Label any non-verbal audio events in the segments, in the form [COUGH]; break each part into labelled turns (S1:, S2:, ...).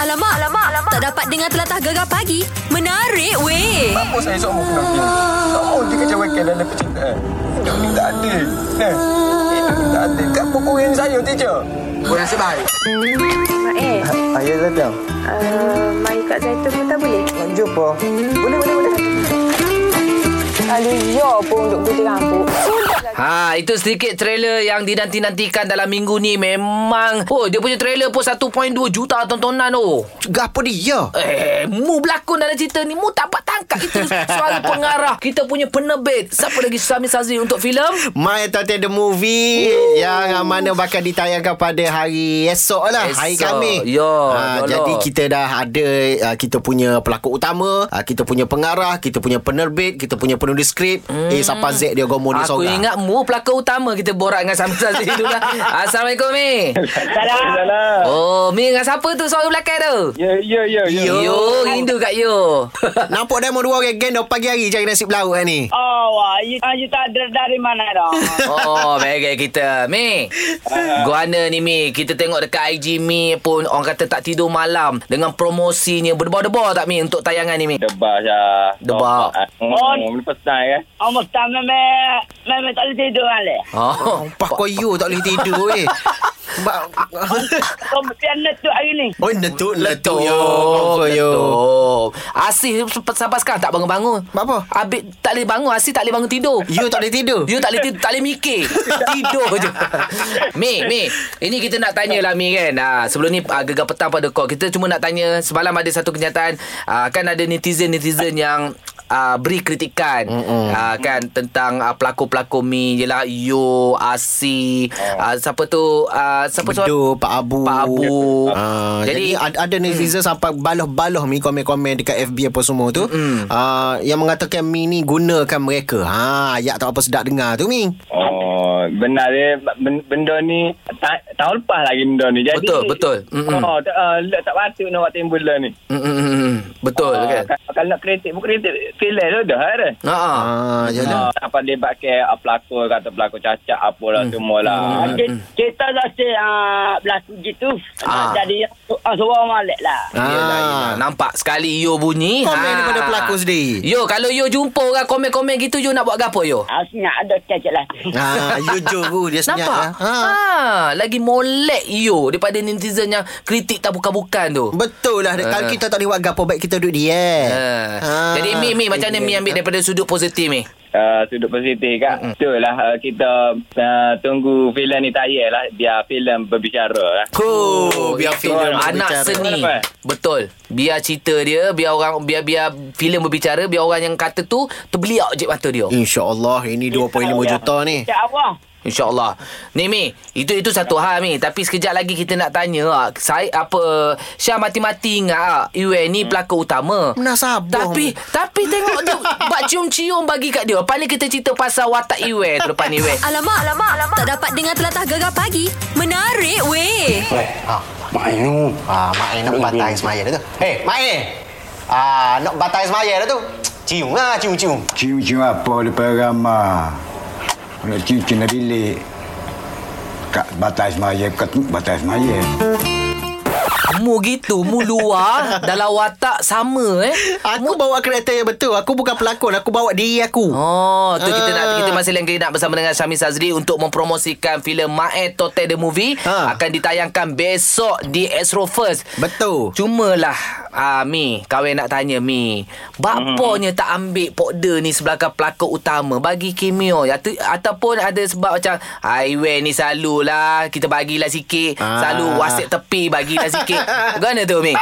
S1: Alamak, alamak, alamak. Tak dapat dengar telatah gegar pagi. Menarik weh.
S2: Mampus saya esok pun kena pilih. Tak mahu dikecewakan dalam percintaan. Hidup ni tak eh? adil. Nah, hidup ni tak adil. Kat pukulin saya, teacher. Kurang sebaik.
S3: Mak eh,
S2: Ayah lah tau.
S3: uh, mai kat Zaitun pun tak boleh?
S2: Nak jumpa. Boleh, boleh, boleh.
S3: Aduh, ya pun untuk putih rambut. Sudahlah.
S4: Ha, itu sedikit trailer yang dinanti-nantikan dalam minggu ni memang. Oh, dia punya trailer pun 1.2 juta tontonan oh.
S5: Gapa dia?
S4: Eh, mu berlakon dalam cerita ni Mu tak dapat tangkap Itu suara pengarah Kita punya penerbit Siapa lagi Sami Sazri untuk filem?
S5: My Tote The Movie Ooh. Yang mana bakal ditayangkan pada hari esok lah Hari
S4: Esok.
S5: Khamis
S4: Ya,
S5: ha,
S4: betul.
S5: Jadi kita dah ada uh, Kita punya pelakon utama uh, Kita punya pengarah Kita punya penerbit Kita punia penulis skrip hmm. Eh siapa Z dia gomo dia
S4: Aku
S5: seorang
S4: ingat mu pelakon utama Kita borak dengan Sami Sazri dulu lah Assalamualaikum Mi
S6: Salam.
S4: Oh Mi dengan siapa tu suara belakang tu?
S6: Ya, ya, ya, ya.
S4: Yo, rindu kat yo
S5: Nampak dah dua orang geng dah pagi hari cari nasi berlauk kan ni.
S7: Oh, wah, you, ah, you tak ada dari mana dah.
S4: Oh, bagai kita. Mi. Guana ni Mi, kita tengok dekat IG Mi pun orang kata tak tidur malam dengan promosinya berdebar-debar tak Mi untuk tayangan ni Mi?
S6: Debak Syah.
S4: Debak.
S6: Oh, ni pesan ya.
S7: Almost tak memang, memang tak boleh tidur malih.
S4: Oh.
S5: Pak koyo tak boleh tidur
S4: [LAUGHS]
S5: eh. Ba-
S7: Kau mesti anak tu hari ni.
S5: Oh letup letup
S4: Betul,
S5: yo.
S4: betul. Oh. Asih sampai sekarang tak bangun-bangun.
S5: Buat apa?
S4: Abid tak boleh bangun, Asih tak boleh bangun tidur.
S5: You tak boleh tidur.
S4: You tak boleh tidur, tak boleh mikir. Tidur je. Mi, Mi. Ini kita nak tanya lah Mi kan. Ha, sebelum ni ha, gegar petang pada kau. Kita cuma nak tanya semalam ada satu kenyataan ha, kan ada netizen-netizen yang Uh, beri kritikan uh, kan tentang uh, pelakon-pelakon Mi jelah Yo Asi uh, siapa tu uh, siapa tu
S5: Ah. Bedu, Pak Abu
S4: Pak Abu.
S5: Ah,
S4: Jadi-
S5: jadi, ada, ada netizen hmm. sampai balah-balah mi komen-komen dekat FB apa semua tu hmm. uh, Yang mengatakan mi ni gunakan mereka ha, Ayat tak apa sedap dengar tu mi
S6: Oh, benar dia. Ben- Benda ni, ta- tahun lepas lagi benda ni. Jadi,
S4: Betul, betul. Mm-mm.
S6: Oh, tak, uh, tak patut nak buat timbulan ni.
S4: Mm, mm, mm, mm. Betul
S6: Ah,
S4: kan?
S6: kalau- Kalau nak kritik, bukan kritik. Filem tu dah ada.
S4: Ha ah.
S5: ha,
S6: Ah,
S5: Yalah
S6: apa dia pakai ah, pelakon kata pelakon cacat apalah
S4: Mm.
S6: semua lah.
S7: Ah, ki- Kita dah si ah, berlaku gitu.
S4: Ah.
S7: Jadi, ah, seorang malik lah.
S5: Ah.
S4: Yelah, yelah. Nampak sekali Yo bunyi Ah.
S5: Komen daripada pelakon sendiri.
S4: Yo kalau Yo jumpa orang komen-komen gitu Yo nak buat gapo Yo
S7: Ah, senyap ada kecil lah.
S4: [LAUGHS]
S5: ha, You juru dia senyap
S4: Nampak?
S5: ya.
S4: Ha. Lagi molek Yo Daripada netizen yang Kritik tak bukan-bukan tu
S5: Betul lah uh. Kalau kita tak boleh buat gapo Baik kita duduk dia
S4: Ha. Eh. Jadi Mi, Mi macam mana Mi ambil daripada sudut positif Mi?
S6: Uh, sudut positif kak mm. Betul lah uh, Kita uh, Tunggu filem ni tayar lah Biar filem berbicara lah
S5: Cool Biar
S4: itu
S5: filem
S4: Oh, anak
S5: berbicara.
S4: seni.
S6: Apa?
S4: Betul. Biar cerita dia, biar orang biar biar filem berbicara, biar orang yang kata tu terbeliak je mata dia.
S5: InsyaAllah Ini 2.5 juta ni
S7: Ya Allah.
S4: InsyaAllah Ni Mi Itu itu satu hal Mi Tapi sekejap lagi kita nak tanya ah, Saya apa Syah mati-mati ingat ah, Iwan ni pelakon utama
S5: Menasabah
S4: Tapi Tapi tengok dia Bak cium-cium bagi kat dia Paling kita cerita pasal watak Iwan tu Lepas ni Iwan
S1: Alamak, alamak, alamak. Tak dapat dengar telatah gegar pagi. Menarik weh.
S5: Ha, Mak Ain tu. Ah, Mak Ain nak batai semaya dah tu. Eh, Mak Ain. Ah, nak batai semaya dah tu. Cium lah, cium-cium.
S8: Cium-cium apa lepas ramah. Nak cium-cium dari bilik. Kat batas maya, kat batas maya.
S4: Mu gitu Mu luar Dalam watak sama eh
S5: Aku bawa kereta yang betul. Aku bukan pelakon, aku bawa diri aku.
S4: Oh, tu kita nak
S5: Ah.
S4: kita masih lagi nak bersama dengan Syamil Sazri untuk mempromosikan filem Mae Tote the Movie
S5: Ha.
S4: akan ditayangkan besok di Astro First.
S5: Betul.
S4: Cumalah ah, Mi, kawan nak tanya Mi. Bapaknya tak ambil podder ni sebagai pelakon utama bagi cameo ya, tu- ataupun ada sebab macam highway ni selalulah kita bagilah sikit,
S5: Ah.
S4: selalu wasit tepi bagilah sikit. Bagaimana tu Mi?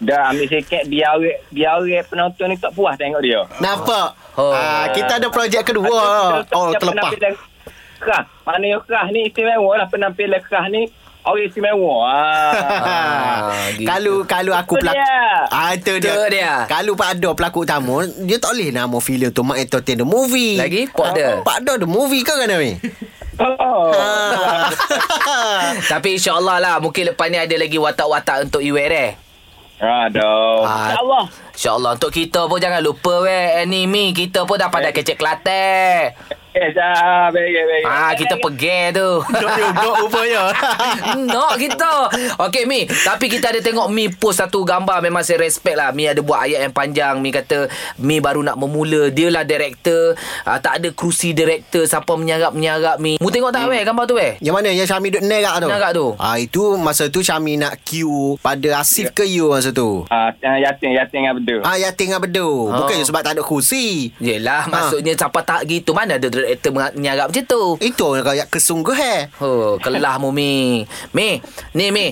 S6: Dah ambil sikit Biar orang Biar orang penonton ni tak puas tengok dia
S5: Nampak?
S4: Oh.
S5: Ah, kita ada projek kedua.
S6: Ada-
S5: Oh,
S6: ada
S5: terlepas. [LAUGHS]
S6: penampilan Kerah Mana yang kerah ni Istimewa lah Penampilan kerah ni Orang
S5: [LAUGHS]
S6: istimewa ah.
S4: Ah, gitu.
S5: Kalau kalau aku
S6: Itu
S5: pelakon
S6: dia.
S5: ah, itu dia.
S4: Itu dia.
S5: Kalau Pak Ado pelakon utama, dia tak boleh nama filem tu Mak Entertain the movie. Ah,
S4: Lagi, Pak Ado.
S5: Pak Ado the movie ke kan
S4: [LAUGHS]
S5: ni?
S6: oh.
S5: Ah.
S4: Tapi insyaAllah lah Mungkin lepas ni ada lagi watak-watak untuk Iwer eh
S6: Aduh
S4: Ah,
S7: Ya Allah.
S4: InsyaAllah Untuk kita pun jangan lupa weh Anime kita pun dah pandai kecek Kelantan
S6: Yes, ah, baik, baik.
S4: Ah kita pergi tu
S5: Dok juga rupanya. [LAUGHS]
S4: [LAUGHS] Nak kita Okay Mi Tapi kita ada tengok Mi post satu gambar Memang saya respect lah Mi ada buat ayat yang panjang Mi kata Mi baru nak memula Dia lah director uh, Tak ada kerusi director Siapa menyarap-menyarap Mi Mu tengok tak weh gambar tu weh
S5: Yang mana yang Syami duk nerak tu?
S4: Nerak tu.
S5: Ah itu masa tu Syami nak queue pada Asif ke you masa tu?
S6: Ah, ah, yatim, yatim dengan betul.
S5: Ah ya tengah
S4: Oh.
S5: bedu. Bukan sebab tak ada kursi.
S4: Yelah Maksudnya siapa tak gitu Mana ada director menga- menyarap macam tu
S5: Itu rakyat kesungguhan.
S4: Oh, kelah mu Mi. Mi, ni Mi.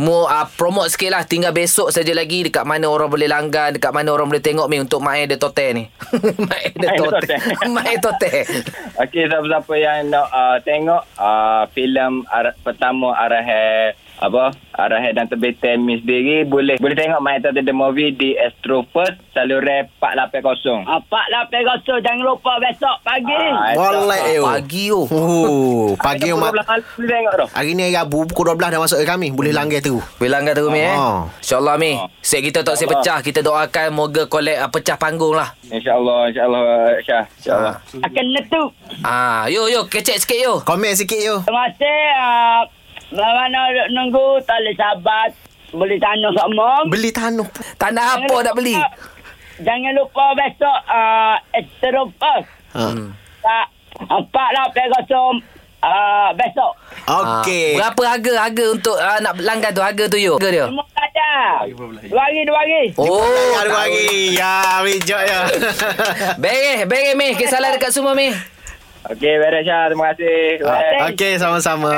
S4: Mu uh, promote sikit lah. Tinggal besok saja lagi dekat mana orang boleh langgan, dekat mana orang boleh tengok Mi untuk Mae de Tote ni. [LAUGHS] Mae de
S6: Mai de
S4: Tote. [LAUGHS]
S6: Tote.
S4: Mae Tote.
S6: Okey, siapa-siapa yang nak uh, tengok uh, filem ar- pertama Arahai apa Arahai dan Tebetan Mi sendiri boleh boleh tengok My Tata The Movie di Astro First saluran 480.
S7: Apa lah perasa jangan lupa besok pagi.
S6: Ah,
S5: Walai eh.
S4: Pagi oh.
S5: [LAUGHS] Oh, pagi
S6: Pukul
S5: umat.
S6: 12 malam boleh tengok tu.
S5: Hari ni Rabu pukul 12 dah masuk ke kami. Boleh langgar tu.
S4: Bilang kata Rumi eh.
S5: Ah.
S4: InsyaAllah Mi. Set kita tak saya pecah. Kita doakan moga kolek uh, pecah panggung lah.
S6: InsyaAllah, insyaAllah, Syah. InsyaAllah.
S7: Akan netuk.
S4: Ah, yo yo kecek sikit yo.
S5: Komen sikit yo.
S7: Terima kasih. ah, Mana duk nunggu tak boleh sabar. Boleh tanya sama.
S5: Beli tanah.
S4: Tanah apa nak beli?
S7: Jangan lupa besok uh, Esterofus.
S5: Ha.
S7: Tak. Empat lah perasa uh, besok.
S4: Ah,
S5: Okey.
S4: berapa harga harga untuk uh, nak langgan tu harga tu yo? Harga dia.
S7: Semua saja. Dua hari, dua hari.
S4: Oh,
S5: Ada lagi. Ya, bijak [LAUGHS] ya.
S4: Bereh, bereh Meh. Kesalahan dekat semua Meh.
S5: Ah.
S4: Oh.
S6: Okey, beres Syah. Terima kasih.
S4: Ah,
S5: Okey, sama-sama.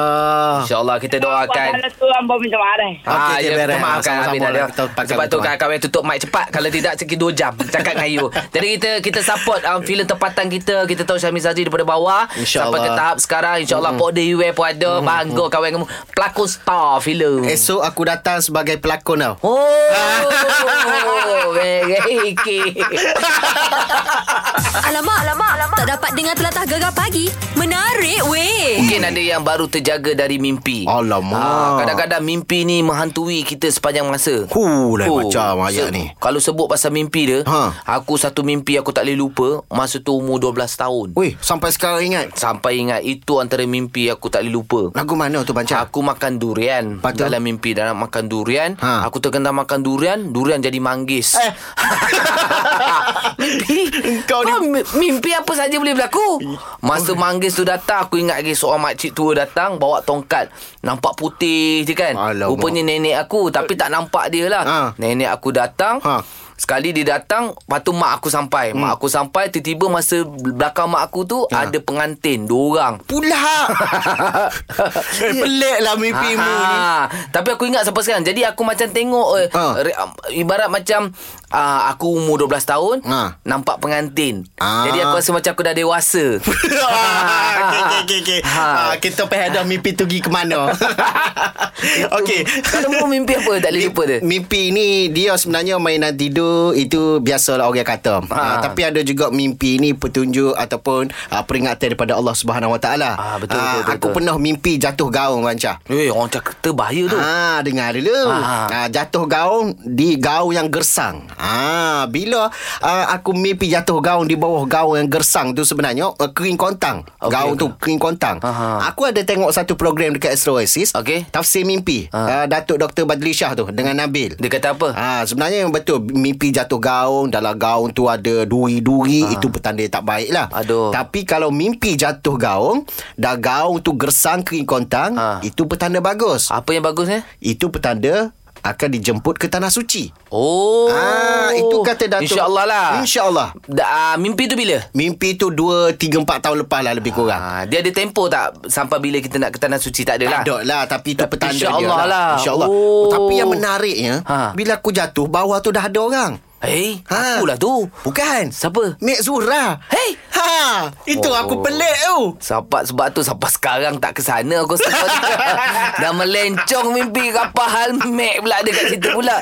S4: InsyaAllah kita doakan.
S7: Kalau tu ambo minta eh. marah.
S5: Okey,
S4: Ah, ya,
S5: okey, beres.
S4: minta maafkan
S5: Sama-sama
S4: Amin
S5: lah.
S4: ada.
S5: Kita pakai
S4: Sebab tu
S5: betul.
S4: kawan-kawan tutup mic cepat. Kalau tidak, sekitar 2 jam. Cakap dengan
S5: [LAUGHS]
S4: you. Jadi kita kita support um, filem tempatan kita. Kita tahu Syamil Zazi daripada bawah.
S5: InsyaAllah.
S4: Sampai ke tahap sekarang. InsyaAllah. Mm. Pok de UA pun ada. Mm. Bangga kawan kamu. Pelakon star filem.
S5: Hmm. Esok aku datang sebagai pelakon tau. [LAUGHS]
S4: Oh, very
S1: Alamak, alamak, alamak. Tak dapat dengar telatah gegar pagi. Menarik weh.
S4: Mungkin ada yang baru terjaga dari mimpi.
S5: Alamak.
S4: Ah, kadang-kadang mimpi ni menghantui kita sepanjang masa.
S5: Huh, lain macam ayat
S4: Oh,
S5: ni.
S4: Kalau sebut pasal mimpi dia,
S5: Ha.
S4: ha. aku satu mimpi aku tak boleh lupa. Masa tu umur 12 tahun.
S5: Weh, sampai sekarang ingat.
S4: Sampai ingat itu antara mimpi aku tak boleh lupa.
S5: Lagu mana tu Panca?
S4: Aku makan durian
S5: Lepas tu?
S4: Dalam mimpi Dalam makan durian ha.
S5: Ha.
S4: Aku terkendal makan durian Durian jadi manggis
S5: Eh.
S4: [LAUGHS] Mimpi Kau
S5: Kau ni-
S4: ni Mimpi apa saja boleh berlaku Masa manggis tu datang Aku ingat lagi Seorang makcik tua datang Bawa tongkat Nampak putih je kan
S5: Alamak.
S4: Rupanya nenek aku Tapi tak nampak dia lah
S5: Ha.
S4: Nenek aku datang
S5: Ha. Hmm.
S4: Sekali dia datang Lepas tu mak aku sampai Mak aku sampai Tiba-tiba masa belakang mak aku tu
S5: Ha.
S4: Ada pengantin Dua orang
S5: [LAUGHS] pula. eh, pelik lah mimpimu ni.
S4: Ah, Tapi aku ingat sampai sekarang. Jadi aku macam tengok eh,
S5: Ha.
S4: re, um, ibarat macam uh, aku umur 12 tahun
S5: Ha.
S4: nampak pengantin.
S5: Ah.
S4: Jadi aku rasa macam aku dah dewasa.
S5: [LAUGHS] okay, okay, okay, okay.
S4: Ha.
S5: Ha. kita pergi dah mimpi tu pergi ke
S4: [LAUGHS]
S5: mana [LAUGHS] Okay
S4: Kalau mu mimpi apa tak boleh lupa dia.
S5: Mimpi ni Dia sebenarnya mainan tidur Itu biasalah orang kata
S4: Ha.
S5: ha. Tapi ada juga mimpi ni Petunjuk ataupun uh, Peringatan daripada Allah Subhanahu Wa Taala.
S4: Ah, betul, betul,
S5: Ah,
S4: betul,
S5: Aku
S4: betul.
S5: pernah mimpi jatuh gaung Banca
S4: Eh, orang cakap terbahaya tu.
S5: Ha, dengar dulu. Ha.
S4: Ah.
S5: jatuh gaung di gaung yang gersang. Ha, bila uh, aku mimpi jatuh gaung di bawah gaung yang gersang tu sebenarnya uh, kering kontang.
S4: Okey,
S5: Okay, gaung
S4: okey.
S5: tu kering kontang.
S4: Aha.
S5: Aku ada tengok satu program dekat Astro Oasis.
S4: Okey.
S5: Tafsir mimpi. Uh, Datuk Dr. Badli Shah tu dengan Nabil.
S4: Dia kata apa?
S5: Ha, sebenarnya yang betul mimpi jatuh gaung dalam gaung tu ada duri-duri ha. itu petanda yang tak baik lah.
S4: Ah. Aduh.
S5: Tapi kalau mimpi jatuh gaung dan gaung tu gersang kering kontang ha.
S4: Ha.
S5: itu petanda bagus.
S4: Apa yang eh? bagusnya?
S5: Itu petanda akan dijemput ke tanah suci.
S4: Oh.
S5: Ah, itu kata Datuk.
S4: InsyaAllah lah.
S5: InsyaAllah.
S4: Da, uh, mimpi tu bila?
S5: Mimpi tu 2 3 4 tahun lepas lah lebih kurang.
S4: Ha, dia ada tempo tak sampai bila kita nak ke tanah suci tak ada
S5: Tak
S4: lah.
S5: ada lah Tapi itu petanda dia
S4: insyaAllah lah.
S5: InsyaAllah
S4: Oh.
S5: Tapi yang menariknya
S4: Ha.
S5: Bila aku jatuh Bawah tu dah ada orang
S4: Eh,
S5: Ha.
S4: akulah tu.
S5: Bukan
S4: Siapa?
S5: Mek Zura
S4: Hey!
S5: Ha, itu
S4: Oh.
S5: oh. aku pelik tu.
S4: Sebab, sebab tu sampai sekarang tak ke sana aku sebab
S5: [LAUGHS]
S4: dah melencong mimpi apa hal mek pula dekat situ pula.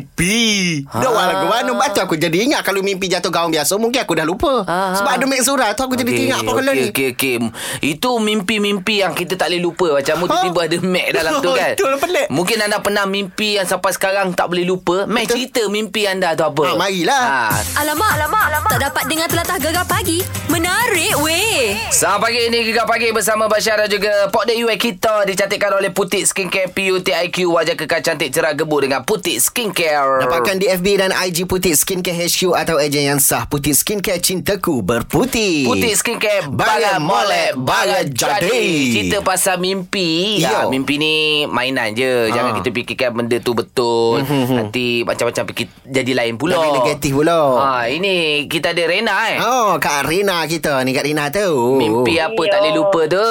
S5: Mimpi ha. Dah walau ke mana Lepas tu aku jadi ingat Kalau mimpi jatuh gaun biasa Mungkin aku dah lupa
S4: Ah,
S5: Sebab ada mek surah tu Aku jadi teringat apa kalau
S4: okey,
S5: ni
S4: Okey, okey. Itu mimpi-mimpi yang kita tak boleh lupa. Macam mu tiba-tiba ada Mac dalam
S5: [LAUGHS]
S4: tu kan.
S5: Oh. Betul, pelik.
S4: Mungkin anda pernah mimpi yang sampai sekarang tak boleh lupa. Mac cerita mimpi anda tu apa?
S5: Ah, marilah.
S4: Ha,
S1: Alamak, alamak, alamak. Tak dapat dengar telatah gegar pagi. Menarik weh.
S4: Selamat pagi ini Gegar pagi bersama Bashar dan juga Pok Dek UI kita dicantikkan oleh Putik Skincare PUTIQ wajah kekal cantik cerah gebur dengan Putik Skincare.
S5: Dapatkan di FB dan IG Putih Skincare HQ Atau ejen yang sah Putih Skincare Cintaku Berputih
S4: Putih skincare Bagai molek Bagai jadi Cerita pasal mimpi
S5: Yo.
S4: ya, Mimpi ni Mainan je Jangan kita fikirkan Benda tu betul Nanti macam-macam fikir Jadi lain pula
S5: Jadi negatif pula.
S4: ha, Ini Kita ada Rena eh
S5: Oh Kak Rina kita Ni Kak Rina tu
S4: Mimpi apa
S7: Yo.
S4: tak boleh lupa tu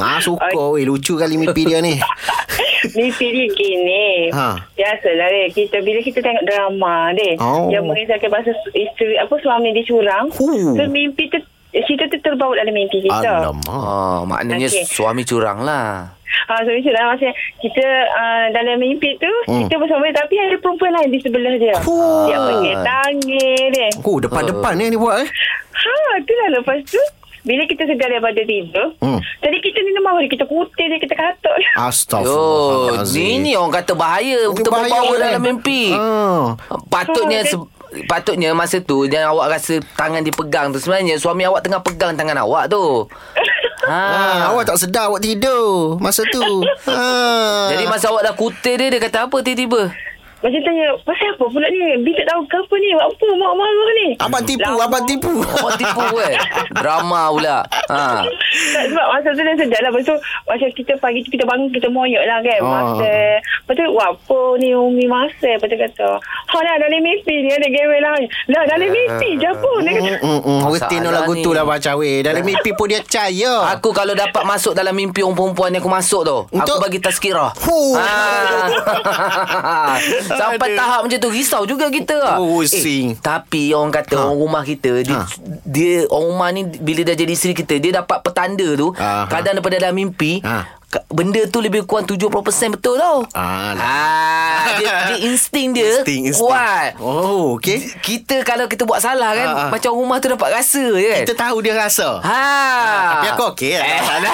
S5: Ah suka weh Lucu kali mimpi dia ni
S7: Mimpi dia gini
S5: Ha.
S7: Biasalah deh Kita bila kita tengok drama deh
S5: Oh.
S7: Yang mengisahkan pasal su- isteri Apa suami dia curang
S5: Huh.
S7: So mimpi tu Cerita tu terbawa dalam mimpi kita
S5: Alamak
S4: oh, Maknanya
S7: Okey.
S4: suami curang lah
S7: Ha, so Richard lah maksudnya kita uh, dalam mimpi tu hmm. kita bersama dia tapi ada perempuan lain di sebelah dia.
S5: Fuh.
S7: Dia pergi tanggil dia.
S5: Oh depan-depan eh ni buat eh
S7: Ha, itulah lepas tu bila kita sedar daripada tidur,
S5: Hmm.
S7: hmm. tadi kita ni lemah dia, kita kutil dia, kita katuk.
S4: Yo,
S5: Astaghfirullahalazim
S4: Ini orang kata bahaya
S5: Itu
S4: Kita
S5: bahaya
S4: membawa
S5: kan?
S4: dalam mimpi
S5: Ah.
S4: Patutnya
S7: Oh, dia-
S4: se- Patutnya masa tu Jangan awak rasa Tangan dipegang tu Sebenarnya suami awak tengah pegang Tangan awak tu ha.
S5: Ah, awak tak sedar awak tidur masa
S4: [LAUGHS]
S5: tu. ha.
S4: Jadi masa awak dah kutil dia Dia kata apa tiba-tiba
S7: Macam tanya, pasal apa pula ni? Bila tak tahu ke apa ni? Buat apa? Mak marah ni?
S5: abang tipu,
S7: Lama.
S5: abang tipu.
S4: Awak
S5: [LAUGHS]
S4: tipu eh Drama pula ha.
S7: Tak, sebab masa tu dah sedap lah. Lepas tu, macam kita pagi tu kita bangun, kita moyok lah kan.
S5: Ah.
S7: Masa. Lepas tu, "Wah, apa ni Umi masa? Lepas tu kata, ha lah, dalam mimpi ni ada gawe lah. Lah, dalam mimpi je apa? Dia kata,
S5: Hmm, hmm,
S4: Masalah
S5: Retin lagu
S4: ni.
S5: tu lah baca weh. Dalam mimpi pun dia cahaya.
S4: Aku kalau dapat masuk dalam mimpi orang perempuan yang aku masuk tu Aku
S5: Untuk-
S4: bagi tazkirah
S5: Huh. [LAUGHS]
S4: Ah. Sampai
S5: Aduh.
S4: tahap macam tu Risau juga kita
S5: Oh, pusing.
S4: eh, Tapi orang kata Orang rumah kita dia,
S5: Ha.
S4: dia Orang rumah ni Bila dah jadi isteri kita Dia dapat petanda tu
S5: Aha.
S4: Kadang daripada dalam mimpi
S5: Ha.
S4: ka- Benda tu lebih kurang 70% betul tau
S5: Alah.
S4: ah, dia,
S5: [LAUGHS]
S4: dia insting dia
S5: Insting, insting.
S4: Kuat
S5: Oh, okey.
S4: Kita kalau kita buat salah kan
S5: Ha, ha.
S4: Macam orang rumah tu dapat rasa je kan
S5: Kita tahu dia rasa.
S4: Ha. Eh,
S5: Tapi aku okey lah. [LAUGHS] Tak masalah.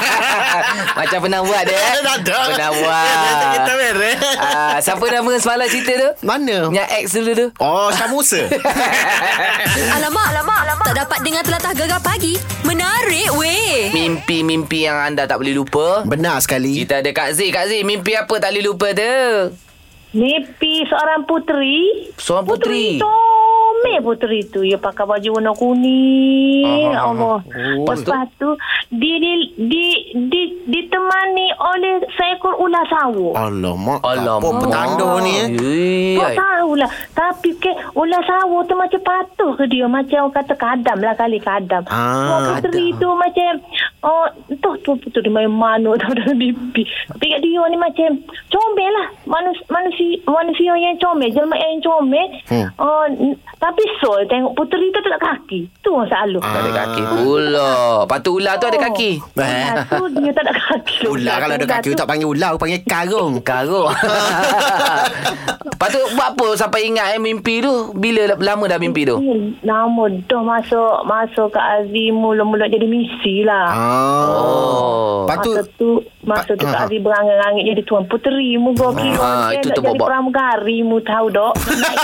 S4: [LAUGHS] Macam pernah buat dia. eh?
S5: Tak ada. [LAUGHS]
S4: Pernah buat.
S5: Biasa kita [LAUGHS] beres.
S4: Ah, siapa nama semalam cerita tu?
S5: Mana?
S4: Yang ex dulu
S5: [LAUGHS]
S4: tu.
S5: Oh, Samusa.
S1: Alamak, alamak, alamak. Tak dapat dengar telatah gegar pagi. Menarik weh.
S4: Mimpi-mimpi yang anda tak boleh lupa.
S5: Benar sekali.
S4: Kita ada Kak Z. Kak Z, mimpi apa tak boleh lupa tu?
S9: Mimpi seorang puteri.
S4: Seorang puteri.
S9: Comel puteri tu. Dia pakai baju warna kuning.
S4: Ah, ah, ah.
S9: Allah.
S4: Oh.
S9: Lepas tu, dia, di, di, di, ditemani oleh seekor ular sawo.
S5: Alamak.
S4: Alamak.
S5: Apa petanda ni eh?
S4: Yee,
S9: Tak
S4: ai.
S9: tahu lah. Tapi ke ular sawo tu macam patuh ke dia. Macam orang kata kadam lah kali kadam.
S5: Ah,
S9: Orang puteri tu macam oh entah tu puteri main mana [LAUGHS] tau dalam mimpi. Tapi kat dia ni macam comel lah. Manus, manusia, manusia yang comel. Jelma yang comel.
S5: Hmm.
S9: Oh, n- tapi sol tengok puteri tu tak ada kaki. Tu masalah.
S4: Tak ada kaki pula. Lepas tu ular tu ada
S5: Oh.
S4: kaki.
S9: Ular Ah, tu dia tak ada kaki.
S5: Eh. [LAUGHS] Ular kalau ada kaki tak panggil ular, panggil karung. [LAUGHS]
S4: Karung. Lepas tu buat apa sampai ingat eh mimpi tu? Bila lama dah mimpi tu?
S9: Ni Lama dah Hmm, masuk masuk ke Azri mula-mula jadi misi
S10: Ah.
S5: Ah.
S9: lah.
S5: Oh. Lepas tu
S9: masa tu masa tu
S5: Pa-
S9: Kak
S5: ah.
S9: Azri berangin-angin jadi tuan puteri mu gua kira
S4: Ah,
S9: dia
S4: itu
S9: nak jadi
S4: terbobak.
S9: pramugari mu tahu dok.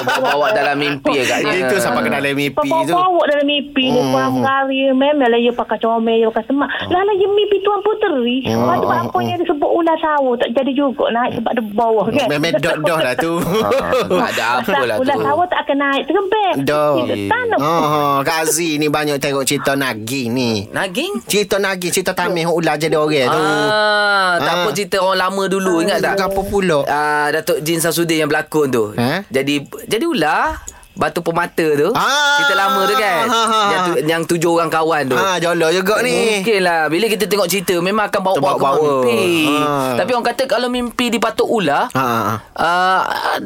S4: Bawa dalam mimpi agaknya.
S5: Dia tu sampai kena dalam mimpi tu.
S9: Bawa dalam mimpi dia pramugari memang lah dia pakai comel dia pakai semak. Lah lah dia mimpi tuan puteri. Lepas tu apa yang disebut ular sawo tak jadi juga naik sebab dia bawah kan.
S5: Memang dot-dot lah tu. [LAUGHS]
S4: Tak ada apa lah
S9: Ular
S4: tu.
S9: sawo tak akan naik terbang.
S5: Dok.
S9: Dia tanam
S5: Oh, Kak Aziz ni banyak tengok cerita nagi ni.
S4: Naging?
S5: Cerita nagi, cerita tamih orang ular jadi orang tu.
S4: Ah, tak
S5: Ah.
S4: apa cerita orang lama
S9: Ah.
S4: dulu ingat tak?
S5: Apa pula?
S4: Ah, Datuk Jin Samsudin yang berlakon tu.
S5: Eh?
S4: Jadi jadi ular Batu Pemata tu
S5: Ah.
S4: Cerita lama tu kan
S5: Ha, ha, ha.
S4: Yang, tu, yang tujuh orang kawan tu
S5: Ha, jolo juga ni.
S4: Mungkin lah Bila kita tengok cerita Memang akan bawa-bawa ke
S5: Terbawa-bawa.
S4: mimpi
S5: Ha.
S4: Tapi orang kata Kalau mimpi dipatuk ular
S5: Ha, ha, ha.
S4: uh,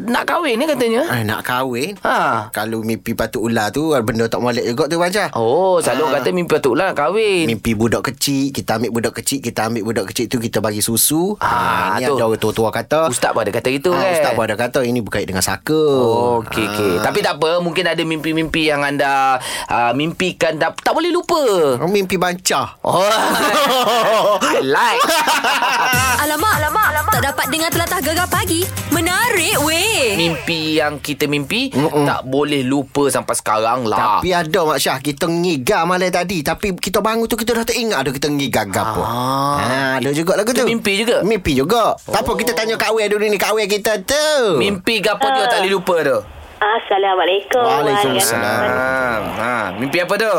S4: Nak kahwin ni katanya
S5: Eh, nak kahwin.
S4: Ha.
S5: Kalau mimpi patut ular tu ah, benda tak molek juga tu macam.
S4: Oh selalu orang kata mimpi patuk ular nak kahwin
S5: Ah. Mimpi budak kecil Kita ambil budak kecil Kita ambil budak kecil tu Kita bagi susu
S4: Ah,
S5: ah, Ni
S4: tu.
S5: ada orang tua-tua kata
S4: Ustaz pun ada kata gitu
S5: Ah,
S4: kan
S5: Ustaz pun ada kata Ini berkait dengan saka Ah.
S4: Oh, okey okey. Tapi tak apa, mungkin ada mimpi-mimpi yang anda uh, mimpikan tak, tak boleh lupa.
S5: Orang Ah, Mimpi bancah
S4: Oh. I
S5: [LAUGHS]
S4: like.
S1: Alamak, alamak, alamak. Tak dapat dengar telatah gegar pagi. Menarik weh.
S4: mimpi yang kita mimpi Mm-mm. tak boleh lupa sampai sekarang lah.
S5: Tapi ada Mak Syah Kita ngiga malam tadi Tapi kita bangun tu Kita dah tak ingat dah Kita ngiga gapo ah. Ada juga lagu tu
S4: mimpi juga?
S5: Mimpi juga oh. Tak apa kita tanya Kak Wei dulu ni Kak Wei kita tu
S4: mimpi gapo dia tak boleh lupa tu.
S10: Assalamualaikum.
S5: Waalaikumsalam
S4: Ha, mimpi apa tu?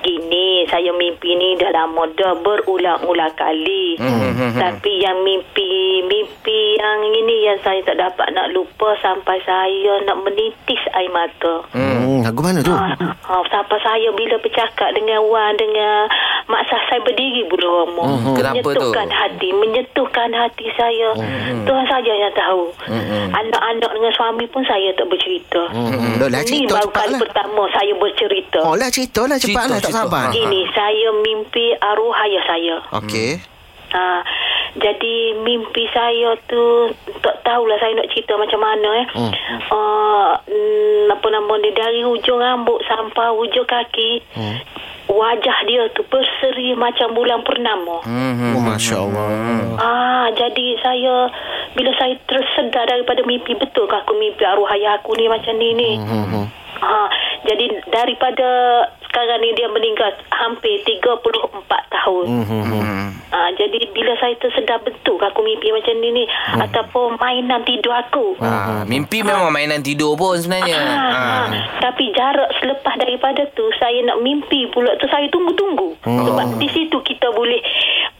S10: Gini, saya mimpi ni dah lama dah berulang-ulang kali.
S4: hmm,
S10: Tapi yang mimpi, mimpi yang ini yang saya tak dapat nak lupa sampai saya nak menitis air mata.
S5: [LAUGHS] hmm, Lagu mana tu?
S10: Ha, sampai saya bila bercakap dengan Wan, dengan Mak Sah, saya berdiri bulu romo.
S4: Mhm. Kenapa tu?
S10: menyetuhkan hati, menyetuhkan hati saya. Tuhan saja yang tahu. Anak-anak dengan suami pun saya tak bercerita.
S5: Hmm, Dah lah
S10: Ini
S5: cerita
S10: baru
S5: cepat
S10: kali
S5: lah
S10: pertama saya bercerita.
S5: Oh lah cerita lah cepat
S4: Cerita,
S5: lah Tak
S4: cerita.
S5: sabar
S4: Ha.
S10: Gini, saya mimpi arwah ayah saya.
S5: Okey
S10: Ha, jadi mimpi saya tu tak tahulah saya nak cerita macam mana eh. Hmm. Uh, mm, apa nama dia dari hujung rambut sampai hujung kaki. Hmm. Wajah dia tu berseri macam bulan purnama. Hmm.
S5: oh, Masya Allah
S4: Hmm.
S10: Ah, jadi saya bila saya tersedar daripada mimpi betul ke aku mimpi arwah ayah aku ni macam ni ni. Hmm. Ah, jadi daripada sekarang ni dia meninggal hampir 34 tahun.
S4: Hmm.
S10: Ah, jadi bila saya tersedar betul ke aku mimpi macam ni ni ataupun mainan tidur aku.
S4: Ha, mimpi memang mainan tidur pun sebenarnya. Ha.
S10: Ah, tapi jarak selepas daripada tu saya nak mimpi pula tu saya tunggu-tunggu
S5: Hmm.
S10: sebab di situ kita boleh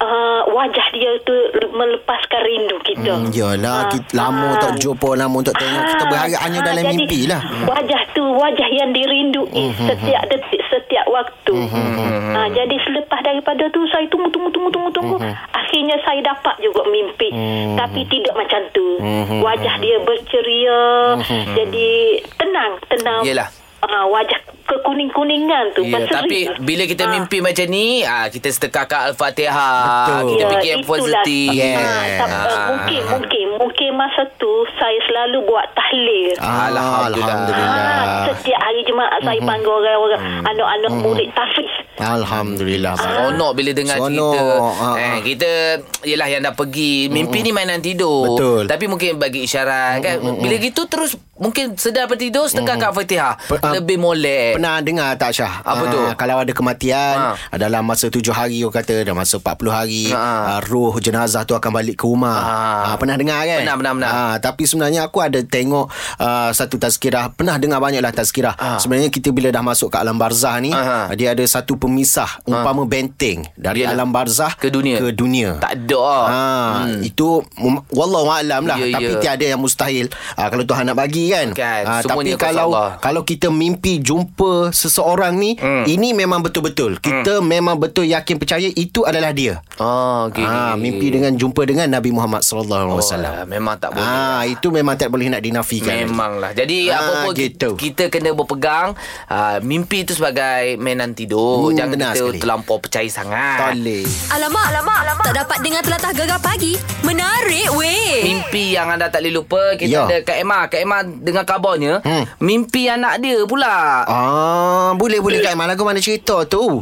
S10: uh, wajah dia tu melepaskan rindu kita.
S5: Hmm, yalah,
S10: Ah,
S5: kita lama
S10: ah.
S5: tak jumpa, lama tak tengok. Kita berharap hanya dalam
S10: jadi
S5: mimpi lah.
S10: Wajah tu wajah yang
S4: Mhm,
S10: dirindui setiap detik, setiap waktu. Ha, jadi selepas daripada tu saya tunggu tunggu tunggu tunggu tunggu.
S4: Mhm.
S10: Akhirnya saya dapat juga mimpi. Tapi tidak macam tu.
S4: Mhm.
S10: Wajah dia berceria. Jadi tenang, tenang.
S4: Yelah.
S10: Ah, wajah kekuning-kuningan tu
S4: Ya, tapi bila kita
S10: Ah.
S4: mimpi macam ni, ah kita setekakak Al-Fatihah, kita fikir yang positif.
S5: Yeah.
S10: Ya, Ah, tak, ah,
S4: Ah.
S10: mungkin, mungkin, mungkin masa tu saya selalu buat tahlil.
S4: Alhamdulillah.
S10: Ah,
S5: Alhamdulillah.
S10: setiap hari jemaat saya panggil orang-orang anak-anak murid tafiz.
S5: Alhamdulillah.
S4: Seronok bila dengar
S5: Seronok.
S4: cerita
S5: Ha, ha.
S4: eh, Kita Yelah yang dah pergi Mimpi ni mainan tidur
S5: Betul.
S4: Tapi mungkin bagi isyarat kan Bila gitu terus Mungkin sedar bertidur Setengah kat Fatihah
S5: Pe- ah,
S4: Lebih molek
S5: Pernah dengar tak Syah? Ah,
S4: Apa tu?
S5: Kalau ada
S4: Ha.
S5: kematian ha. dalam masa tujuh hari orang kata dalam masa 40 hari
S4: Ha.
S5: ha. roh jenazah tu akan balik ke rumah.
S4: Ha.
S5: Ha. pernah dengar kan?
S4: Pernah, pernah, pernah.
S5: Ha, tapi sebenarnya aku ada tengok uh, satu tazkirah. Pernah dengar banyaklah tazkirah.
S4: Ha.
S5: Sebenarnya kita bila dah masuk ke alam barzah ni
S4: Aha.
S5: dia ada satu pemisah umpama benteng dari
S4: Yalah.
S5: alam barzah
S4: Ah. Ke dunia.
S5: Ke dunia.
S4: Tak ada lah.
S5: Ha, hmm. itu mem- wallahu alam lah
S4: Ya,
S5: yeah, tapi
S4: ya.
S5: yeah. tiada yang mustahil. Ha, kalau Tuhan nak bagi kan.
S4: Kan,
S5: Ah,
S4: semuanya
S5: tapi
S4: kuasa
S5: kalau
S4: Allah.
S5: kalau kita mimpi jumpa seseorang ni, hmm. ini memang betul-betul.
S4: Hmm.
S5: Kita memang betul yakin percaya itu adalah dia.
S4: Oh okay.
S5: Ha, mimpi dengan jumpa dengan Nabi Muhammad sallallahu
S4: oh,
S5: alaihi wasallam.
S4: lah, Memang tak boleh
S5: Ah, itu memang tak boleh nak dinafikan.
S4: Memanglah. Jadi
S5: Ah,
S4: apa pun
S5: gitu.
S4: kita kena berpegang uh, mimpi itu sebagai mainan tidur.
S5: Hmm,
S4: Jangan
S5: benar
S4: kita
S5: sekali.
S4: terlampau percaya sangat.
S5: Tak boleh.
S1: Alamak, alamak, alamak. Tak dapat dengar telatah gegar pagi. Menarik weh.
S4: Mimpi yang anda tak boleh lupa Kita
S5: Ya.
S4: ada Kak Emma Kak Emma dengan kabarnya hmm. Mimpi anak dia pula
S5: Ah, boleh boleh Kak Iman lagu mana cerita tu?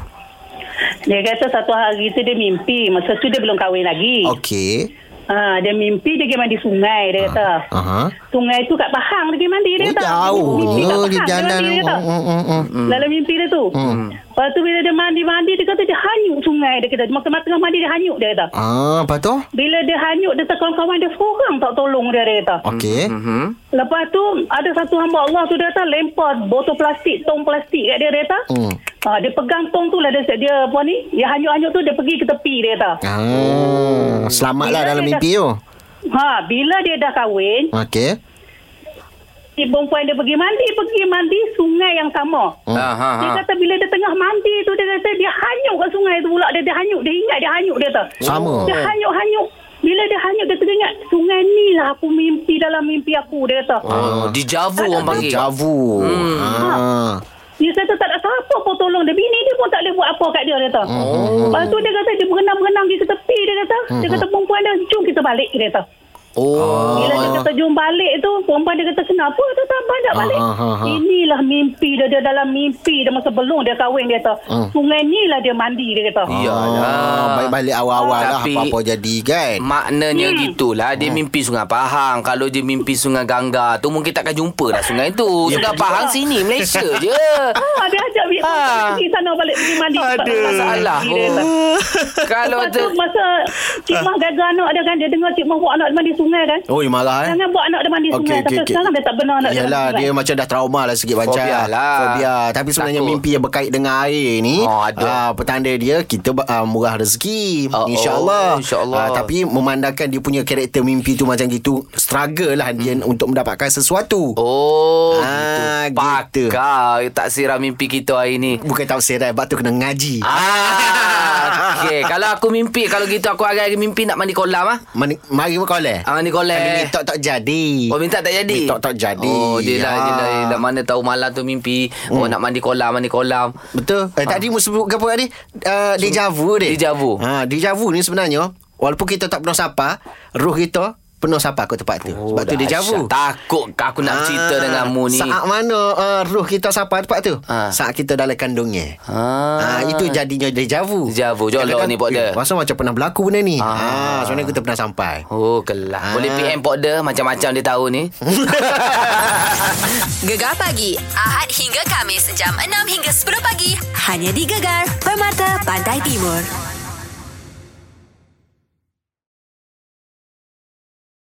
S11: Dia kata satu hari tu dia mimpi. Masa tu dia belum kahwin lagi. Okay.
S5: Okey.
S11: Ha, dia mimpi dia pergi mandi sungai, dia kata.
S5: Ah, Aha.
S11: Sungai tu kat Pahang dia pergi mandi, dia
S5: Oh,
S11: kata.
S5: jauh.
S11: Mimpi kat
S5: Oh,
S11: Pahang
S5: di
S11: dia
S5: jalan.
S11: mandi, dia kata.
S5: Mm, mm, mm,
S4: Hmm.
S5: mm.
S11: Dalam mimpi dia tu.
S5: Hmm.
S11: Lepas tu bila dia mandi-mandi, dia kata dia hanyut sungai. Dia kata, masa tengah mandi dia hanyut, dia kata.
S5: Ah, apa tu?
S11: Bila dia hanyut, dia kata kawan-kawan dia seorang tak tolong dia, dia kata.
S5: Okey.
S4: Hmm
S11: Lepas tu ada satu hamba Allah tu dia kata lempar botol plastik, tong plastik kat dia dia kata.
S5: Hmm.
S11: Ha, dia pegang tong tu lah dia, dia apa ni, yang hanyut-hanyut tu dia pergi ke tepi dia kata.
S5: Ah, selamatlah
S11: Bila
S5: dalam
S11: dia
S5: mimpi tu.
S11: Ha, bila dia dah kahwin,
S5: Okey.
S11: si perempuan dia pergi mandi, pergi mandi sungai yang sama.
S5: Oh.
S4: Ha, ha, ha.
S11: Dia kata bila dia tengah mandi tu dia kata dia hanyut kat sungai tu pula dia, dia hanyut dia ingat dia hanyut dia tak.
S5: Sama.
S11: Dia hanyut-hanyut bila dia hanyut dia teringat sungai ni lah aku mimpi dalam mimpi aku dia
S5: Ah.
S11: kata.
S4: Oh, deja vu orang panggil.
S5: Javu. Hmm. Ha.
S11: Dia kata tak ada siapa pun tolong dia. Bini dia pun tak boleh buat apa kat dia dia kata. Oh. Lepas tu dia kata dia berenang-berenang di ke tepi dia kata. Dia kata perempuan dia jom kita balik dia kata.
S4: Oh.
S11: Bila
S5: Ah.
S11: dia kata jom balik tu Perempuan dia kata kenapa tu tak banyak balik
S5: ya. Ah, ah, ah, ah.
S11: Inilah mimpi dia Dia dalam mimpi dia Masa belum dia kahwin dia kata Sungai ni lah dia mandi dia
S5: Ah,
S11: kata
S4: Iyalah.
S5: balik-balik awal-awal lah
S4: Tapi-
S5: apa-apa jadi kan.
S4: Maknanya hmm. gitulah Dia mimpi Sungai Pahang Kalau dia mimpi Sungai Gangga tu Mungkin takkan jumpa lah sungai tu
S5: Ya,
S4: Sungai Pahang sini Malaysia
S5: [LAUGHS]
S4: je
S11: Ah, dia ajak biar
S4: Ah.
S11: pergi sana balik pergi mandi sebab tak ada
S4: Salah
S11: mandi, dia kata.
S4: oh. Kalau
S11: lah. Lepas
S4: tu
S11: tu masa
S5: Ah.
S11: Cik Mah gagal anak dia kan Dia dengar Cik Mah buat anak dia mandi sungai kan
S4: Oh,
S5: Oi malah eh.
S11: Jangan buat anak dia mandi sungai
S5: Okey,
S11: Tapi
S5: okey, okey.
S11: sekarang dia tak benar anak dia
S5: Yalah
S11: mandi
S5: dia
S11: sungai
S5: macam dah trauma lah sikit macam
S4: Fobia lah.
S5: Fobia Tapi sebenarnya
S4: Takut.
S5: mimpi yang berkait dengan air ni
S4: Oh, ada.
S5: ah, Petanda dia kita uh, murah rezeki
S4: Oh,
S5: InsyaAllah
S4: oh, insyaAllah.
S5: Ah, Tapi memandangkan dia punya karakter mimpi tu macam gitu Struggle lah
S4: Hmm.
S5: dia untuk mendapatkan sesuatu
S4: Oh
S5: Ah,
S4: gitu.
S5: gitu.
S4: Pakar Tak sirah mimpi kita hari ni
S5: Bukan tak serai Sebab tu kena ngaji
S4: Ah,
S5: [LAUGHS]
S4: okay. Kalau aku mimpi Kalau gitu aku hari-hari mimpi Nak mandi kolam ah.
S5: Mani, Mari pun koleh
S4: Ah, mandi kolam
S5: Kalau minta tak jadi
S4: Oh minta tak jadi
S5: Minta tak jadi
S4: Oh dia lah dia lah, dia lah.
S5: Ah. Hmm.
S4: Mana tahu malam tu mimpi Oh nak mandi kolam Mandi kolam
S5: Betul. Eh, tadi mu sebut apa tadi? Uh, deja vu dia.
S4: Deja Ah. vu.
S5: Ha, deja vu ni sebenarnya walaupun kita tak pernah sapa, roh kita pernah sapa ke tempat tu. Oh, Sebab tu deja vu.
S4: Dahsyat. Takut aku nak cerita
S5: Ah,
S4: denganmu ni
S5: Saat mana uh, roh kita sapa tempat tu?
S4: Ah.
S5: Saat kita dalam kandungnya.
S4: Ah.
S5: Ah, itu jadinya deja vu.
S4: Deja vu. Jolok
S5: Kadang-kadang,
S4: ni, Pak Dek.
S5: eh, Rasa macam pernah berlaku benda ni.
S4: Ah.
S5: Ah, sebenarnya kita pernah sampai.
S4: Oh kelah
S5: Ah.
S4: Boleh PM pot dia Macam-macam dia tahu ni
S1: Gegar pagi Ahad hingga Kamis jam 6 hingga 10 pagi hanya di Gegar Permata Pantai Timur.